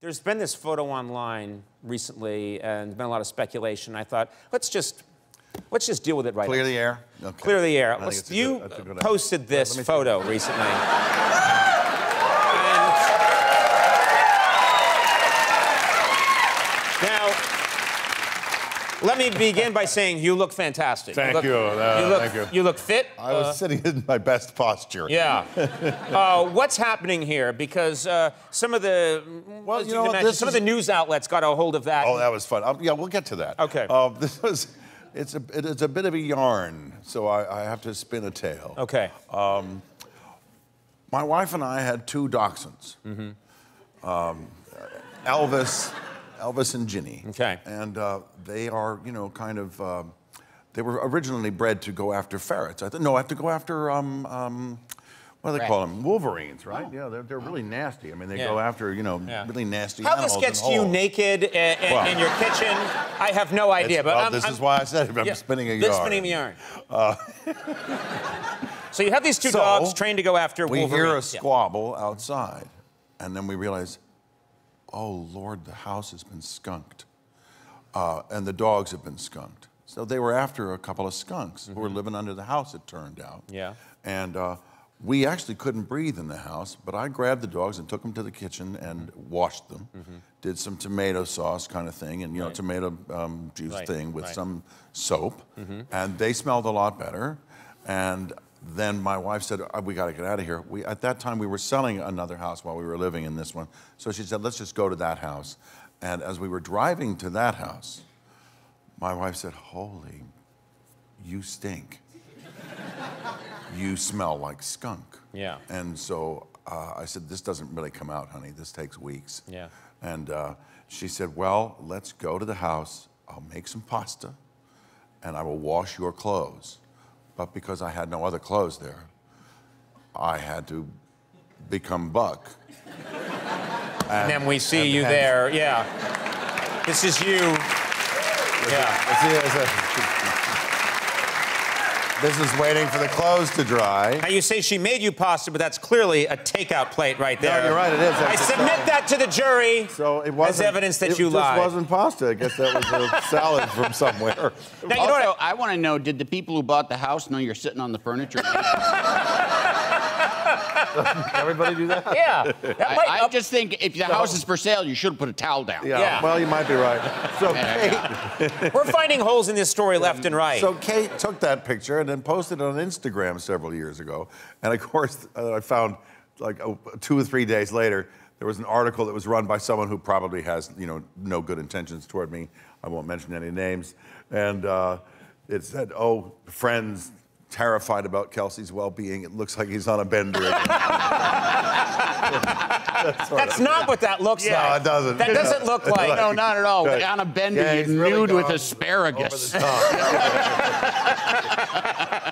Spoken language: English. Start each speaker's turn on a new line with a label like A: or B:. A: There's been this photo online recently, and there's been a lot of speculation. I thought, let's just let's just deal with it right.
B: Clear
A: now.
B: the air. Okay.
A: Clear the air.
B: think
A: Let's-
B: it's a good-
A: you
B: that's a good idea.
A: posted this
B: Let me see.
A: photo recently. and now, let me begin by saying you look fantastic.
C: Thank
A: look-
C: you. Uh,
A: you look,
C: thank you.
A: look fit.
B: I was sitting in my best posture.
A: uh, Yeah. uh, what's happening here? Because uh, some of the well,
B: you know what, this
A: some of
B: is-
A: the news outlets got a hold of that.
B: Oh, that was fun. Um, yeah, we'll get to that.
A: Okay.
B: Uh, this was, it's a, it- it's a bit of a yarn, so I, I have to spin a tale.
A: okay.
B: My wife and I had two dachshunds. Um,
A: Mm-hmm.
B: Elvis, Elvis and Ginny.
A: Okay.
B: And uh, they are, you know, kind of. Uh, they were originally bred to go after ferrets. I th- no, I have to go after. Um, um, what do they call them? Wolverines, right? Yeah, they're, they're really nasty. I mean, they
A: Oh. Yeah.
B: go after, you know,
A: Yeah.
B: really nasty
A: How
B: animals.
A: this gets
B: and
A: to you
B: holes.
A: naked in, in,
B: Well.
A: in your kitchen, I have no idea.
B: It's-
A: but
B: well,
A: I'm,
B: this
A: I'm-
B: is why I said it. I'm
A: yeah,
B: spinning a
A: this
B: yarn. Uh,
A: Spinning a yarn. so you have these two
B: So,
A: dogs trained to go after
B: We
A: wolverines.
B: hear a
A: Yeah.
B: squabble outside, and then we realize, oh Lord, the house has been skunked, uh, and the dogs have been skunked. So they were after a couple of skunks who were living under the house. It turned out.
A: Mm-hmm. Yeah.
B: And uh, we actually couldn't breathe in the house, but I grabbed the dogs and took them to the kitchen and
A: Mm-hmm.
B: washed them. Did some tomato sauce kind of thing, and you know, tomato um, juice
A: Right,
B: thing with
A: right. Mm-hmm.
B: some some soap, and they smelled a lot better. And then my wife said, "Uh, "We got to get out of here." We at that time we were selling another house while we were living in this one, so she said, "Let's just go to that house." And as we were driving to that house, my wife said, "Holy, you stink. you smell like skunk."
A: Yeah.
B: And so uh, I said, "This doesn't really come out, honey. This takes weeks."
A: Yeah.
B: And uh, she said, Well, let's go to the house. I'll make some pasta and I will wash your clothes. But because I had no other clothes there, I had to become Buck.
A: And then we see
B: and-
A: you
B: and-
A: there. Yeah. This is you. Yeah.
B: It's- it's a- this is waiting for the clothes to dry.
A: Now you say she made you pasta, but that's clearly a takeout plate right there.
B: you're right, it is.
A: I
B: That's-
A: submit that to the jury
B: So it wasn't.
A: as evidence that
B: it
A: you
B: just
A: lied.
B: wasn't pasta. I guess that was a salad from somewhere.
A: Now, you know
D: Also,
A: what?
D: I want to know did the people who bought the house know you're sitting on the furniture?
B: Everybody do that?
A: Yeah. That might
D: I, I just think if the house is for sale, you should put a towel down.
A: Yeah.
B: Well, you might be right. So Kate,
A: We're finding holes in this story left and right.
B: So Kate took that picture and then posted it on Instagram several years ago. And of course, uh, I found like oh, two or three days later, there was an article that was run by someone who probably has you know no good intentions toward me. I won't mention any names. And uh, it said, "Oh, friends." Terrified about Kelsey's well-being, it looks like he's on a bender. Again.
A: That's not what that looks
B: Yeah,
A: like.
B: it doesn't.
A: That
B: It
A: doesn't look
B: doesn't.
A: like.
D: No, not at all.
B: Right.
D: On a bender,
B: Yeah,
D: you
B: he's really
D: nude with
B: gone
D: asparagus.
B: over the top.